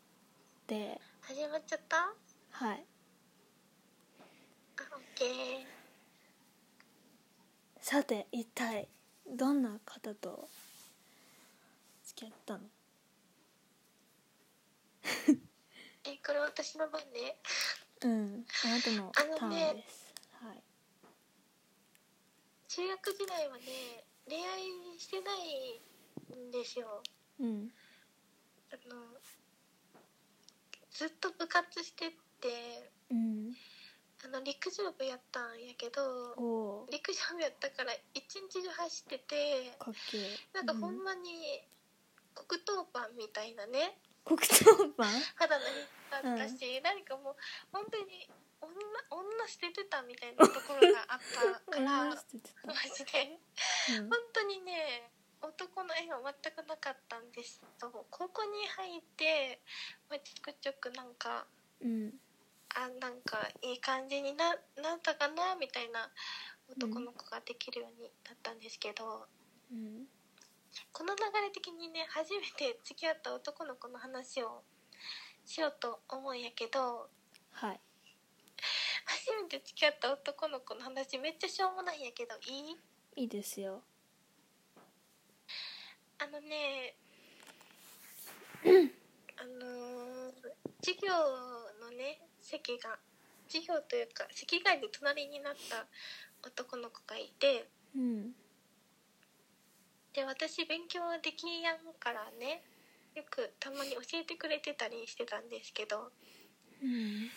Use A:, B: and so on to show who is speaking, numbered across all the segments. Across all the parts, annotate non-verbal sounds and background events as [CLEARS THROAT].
A: って
B: 始まっちゃったあ
A: はい
B: オッケー
A: さて一体どんな方と付き合ったの
B: えこれ私の番ね
A: うんあなたのタ
B: あ
A: ー
B: の
A: ン
B: ね
A: です、はい
B: 中学時代はね恋愛してないんですよ
A: うん
B: あのずっと部活してって
A: うん
B: あの陸上部やったんやけど
A: おおー
B: 陸上部やったから一日中走ってて
A: かっけえ
B: なんかほ
A: うん
B: まに黒糖パンみたいなね
A: 黒糖パン
B: 肌の引っ張ったし、何かもう本当に女女捨ててたみたいなところがあったか
A: 思い
B: ら
A: まして
B: マジで
A: 言ってた、うん
B: 本当にね男の絵は全くなかったんですけど高校に入って、まあ、ちょくちょくなんか
A: うん
B: あなんかいい感じにななったかなみたいな男の子ができるようになったんですけど、
A: うん
B: この流れ的にね初めて付き合った男の子の話をしようと思うんやけど
A: はい
B: 初めて付き合った男の子の話めっちゃしょうもないんやけどいい
A: いいですよ
B: あのねあのー授業のね席が授業というか席外で隣になった男の子がいて
A: うん
B: で私勉強できやんからねよくたまに教えてくれてたりしてたんですけど
A: うん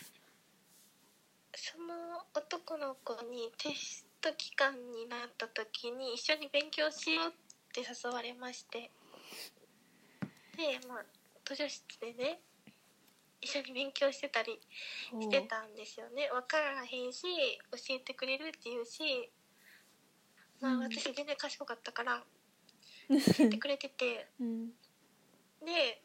B: その男の子にテスト期間になった時に一緒に勉強しようって誘われましてでまあ図書室でね一緒に勉強してたり
A: お
B: し
A: ー
B: てたんですよね分からへんし教えてくれるって言うしまあ
A: うん
B: 私全然賢かったから
A: う
B: 言ってくれてて
A: ん
B: で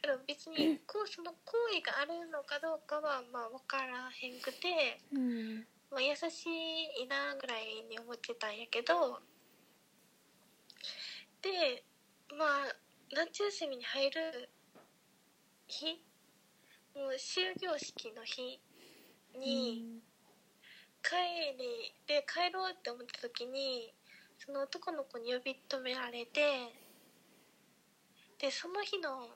B: だから別にこうその行為があるのかどうかはまあ分からへんくて。
A: うん
B: まあ、優しいなぐらいに思ってたんやけどでまあ夏休みに入る日もう終業式の日に帰りで帰ろうって思った時にその男の子に呼び止められてでその日の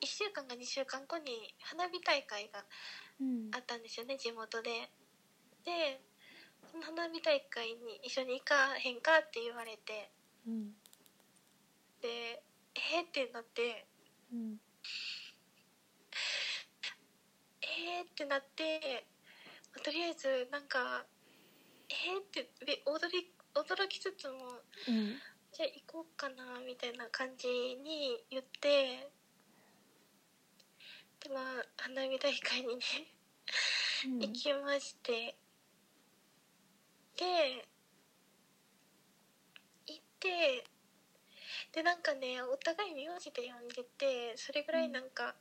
B: 1週間か2週間後に花火大会が
A: うん
B: あったんですよね地元ででその花火大会に一緒に行かへんかって言われて
A: うん
B: でえー、ってなって
A: うん
B: えー、ってなってまあとりあえずなんかえー、ってび驚き驚きつつも
A: うん
B: じゃあ行こうかなみたいな感じに言ってでまあ花火大会にね
A: うん
B: 行きまして、で行ってでなんかねお互い名字で呼んでてそれぐらいなんか、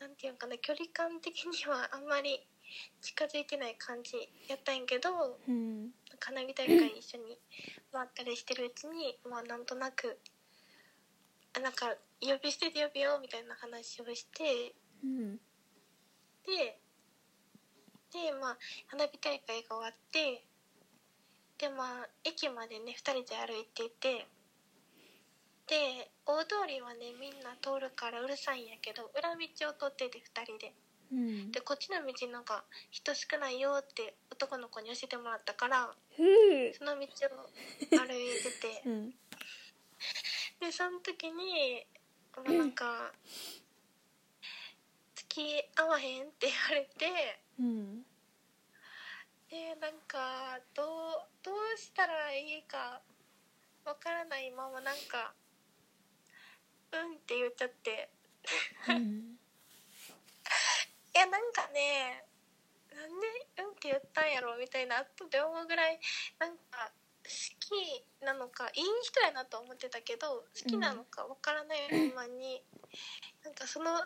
B: なんていうのかな距離感的にはあんまり近づいてない感じやったんやけど
A: うん
B: 花火大会一緒に回ったりしてるうちにまあなんとなくあなんか呼び捨てで呼びようみたいな話をして
A: うん
B: ででまあ花火大会が終わってでまあ駅までね2人で歩いていてで大通りはねみんな通るからうるさいんやけど裏道を通ってて2人で
A: うん
B: でこっちの道のが人少ないよって男の子に教えてもらったから
A: ふう
B: その道を歩いてて
A: うん
B: でその時にまあなんか「付き合わへん?」って言われて。
A: うん
B: でなんかどうどうしたらいいかわからないままなんか「うん」って言っちゃって
A: うん
B: いやなんかねなんで「うん」って言ったんやろみたいな後で思うぐらいなんか好きなのかいい人やなと思ってたけど好きなのかわからないままに、なんかその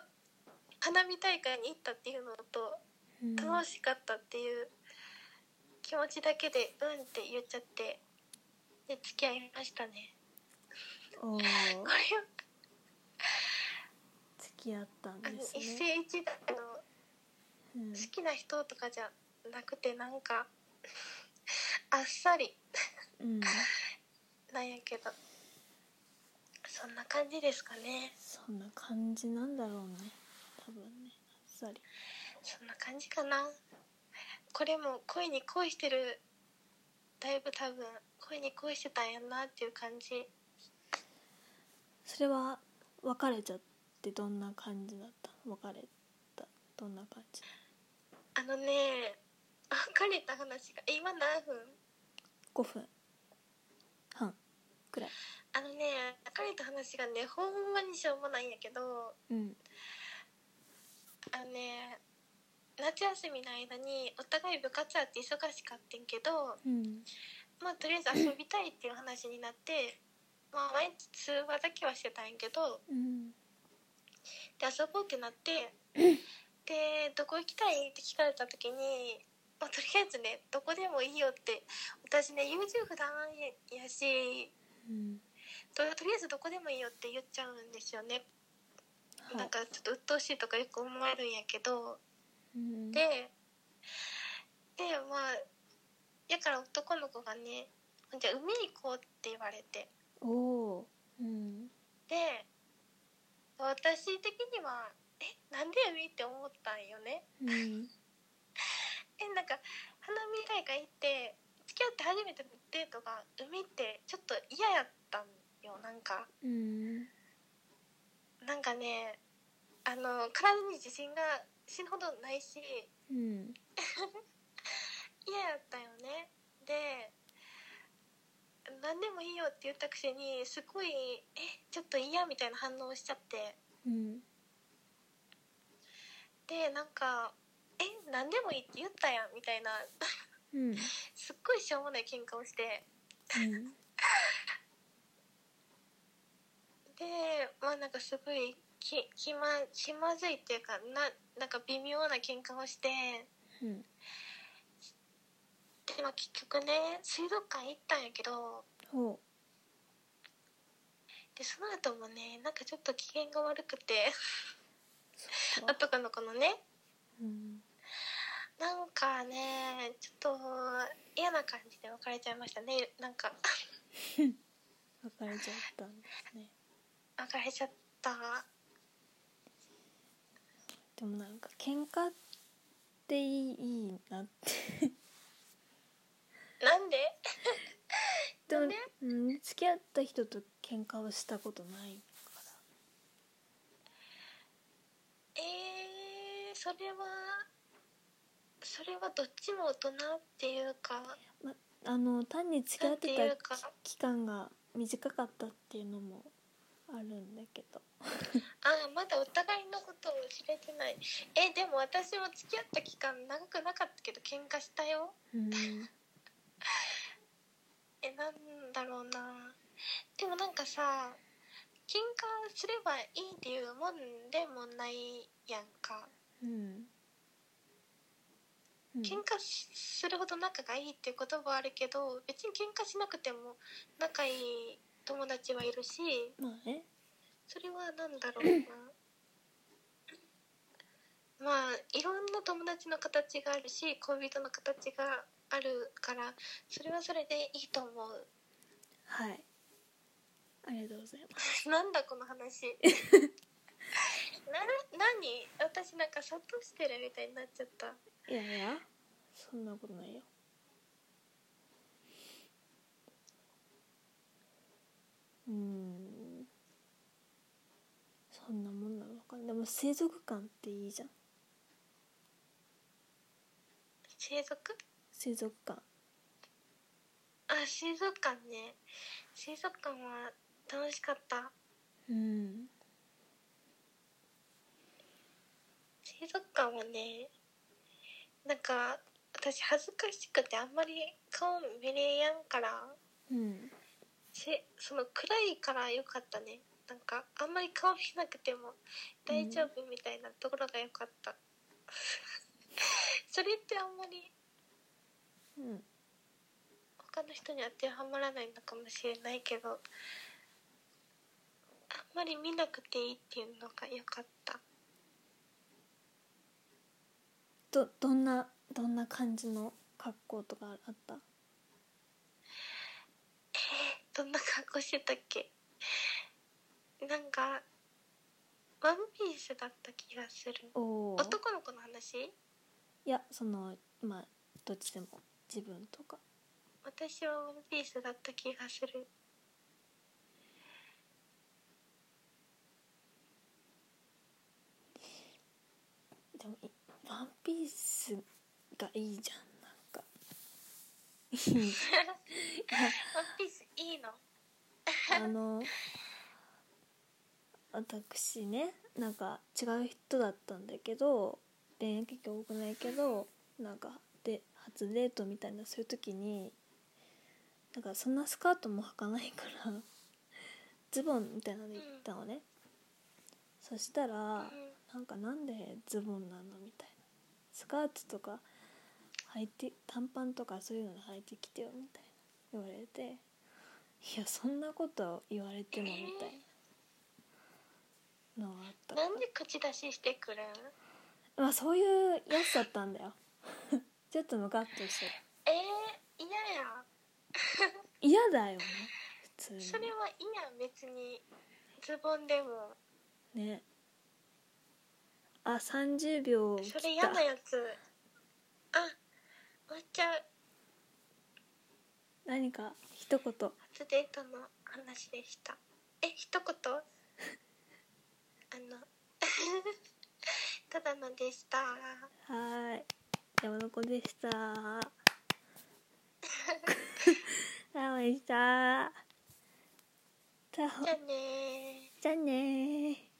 B: 花火大会に行ったっていうのと
A: うん
B: 楽しかったっていう気持ちだけで「うん」って言っちゃってで付き合いましたね
A: おー
B: これは
A: 付き合ったん
B: あの
A: です
B: 一
A: ね。
B: 世一代の
A: うん
B: 好きな人とかじゃなくてなんか [LAUGHS] あっさり
A: うん、
B: なんやけどそんな感じですかね
A: そんな感じなんだろうね。多分ね、あっさり。
B: そんな感じかなこれも恋に恋してるだいぶ多分恋に恋してたんやなっていう感じ
A: それは別れちゃってどんな感じだった？別れたどんな感じ？
B: あのね別れた話がえ今何分
A: 五分半くらい。
B: あのね別れた話がねほんまにしょうもないんやけど
A: うん
B: あのね夏休みの間にお互い部活あって忙しかってんけど
A: うん
B: まあとりあえず遊びたいっていう話になって、まあ、毎日通話だけはしてたんやけど
A: うん
B: で遊ぼうってなってで「どこ行きたい?」って聞かれた時に、まあ、とりあえずね「どこでもいいよ」って私ね優柔不断やし
A: うん。
B: ととりあえず「どこでもいいよ」って言っちゃうんですよね。
A: は
B: なん
A: い。
B: かちょっと鬱陶しいとかよく思われるんやけど
A: うん
B: ででまあやから男の子がね「じゃあ海に行こう」って言われて
A: おおー。うん
B: で私的には「えなんで海?」って思ったんよね。
A: うん
B: えなんか花見大会行って付き合って初めてのデートが海ってちょっと嫌やったんよなんか
A: うん
B: なんかねあの体に自信が死ぬほどないし
A: うん
B: 嫌やったよねで何でもいいよって言ったくせにすごい「えちょっと嫌」みたいな反応をしちゃって
A: うん
B: でなんか「え何でもいいって言ったやん」みたいな
A: うん
B: すっごいしょうもない喧嘩をして
A: うん
B: でまあなんかすごいき気ま気まずいっていうかななんか微妙な喧嘩をして
A: うん
B: で、まあ、結局ね水族館行ったんやけど
A: ほ
B: でその後もねなんかちょっと機嫌が悪くて
A: うそっか
B: [LAUGHS] 男の子のね
A: うん
B: なんかねちょっと嫌な感じで別れちゃいましたねなんか
A: 別れちゃったんですね
B: 別れちゃった
A: でもなんか喧嘩っていいなって
B: なんで
A: でも
B: なんで
A: うん付き合った人と喧嘩をしたことないか
B: えー、それはそれはどっちも大人っていうか
A: らあの単に付き合って
B: なんていう
A: た
B: か
A: 期間が短かったっていうのもあるんだけど
B: ああまだお互いのことを知れてないえでも私も付き合った期間長くなかったけど喧嘩したよ
A: うん
B: えなんだろうなでもなんかさ喧嘩すればいいっていうもんでもないやんか
A: うんうん
B: 喧嘩しするほど仲がいいっていう言葉はあるけど別に喧嘩しなくても仲いい友達はいるし
A: まあね
B: それはなんだろう
A: [CLEARS THROAT]
B: なまあいろんな友達の形があるし恋人の形があるからそれはそれでいいと思う [LAUGHS]
A: はいありがとうございます
B: なんだこの話 [LAUGHS] な何私なんか諭してるみたいになっちゃった
A: いやいやそんなことないようーんそんなもんなのかなでも水族館っていいじゃん
B: 水族
A: 水族館
B: あ水族館ね水族館は楽しかった
A: うん
B: 水族館はねなんか私恥ずかしくてあんまり顔見れやんから
A: うん
B: せその暗いから良かったねなんかあんまり顔見なくても大丈夫みたいなところが良かった、それってあんまり
A: うん
B: 他の人に当てはまらないのかもしれないけどあんまり見なくていいっていうのが良かった
A: どどんなどんな感じの格好とかあった
B: どんな格好してたっけなんかワンピースだった気がする
A: おお
B: 男の子の話
A: いやそのまあどっちでも自分とか
B: 私はワンピースだった気がする
A: でもいワンピースがいいじゃんなんか
B: ワンピースいいの
A: あの私ねなんか違う人だったんだけど恋愛経験多くないけどなんかで初デートみたいなそういう時になんかそんなスカートも履かないからズボンみたいなので行ったのね、そしたら
B: うん
A: なんかなんでズボンなのみたいなスカートとか履いて短パンとかそういうので履いてきてよみたいな言われていやそんなこと言われてもみたいなのがあったから
B: なんで口出ししてくるん
A: まあそういうやつだったんだよ [LAUGHS] ちょっとムカッとして
B: えー、嫌や
A: 嫌だよね普通に
B: それは嫌別にズボンでも
A: ねあ30秒
B: それ嫌なやつあ終わっちゃう
A: 何か一言
B: 初デートの話でしたえ一言あの [LAUGHS] ただのでした
A: はーい山の子でしたラオでしたさ
B: じゃ
A: あ
B: あねー
A: じゃあねー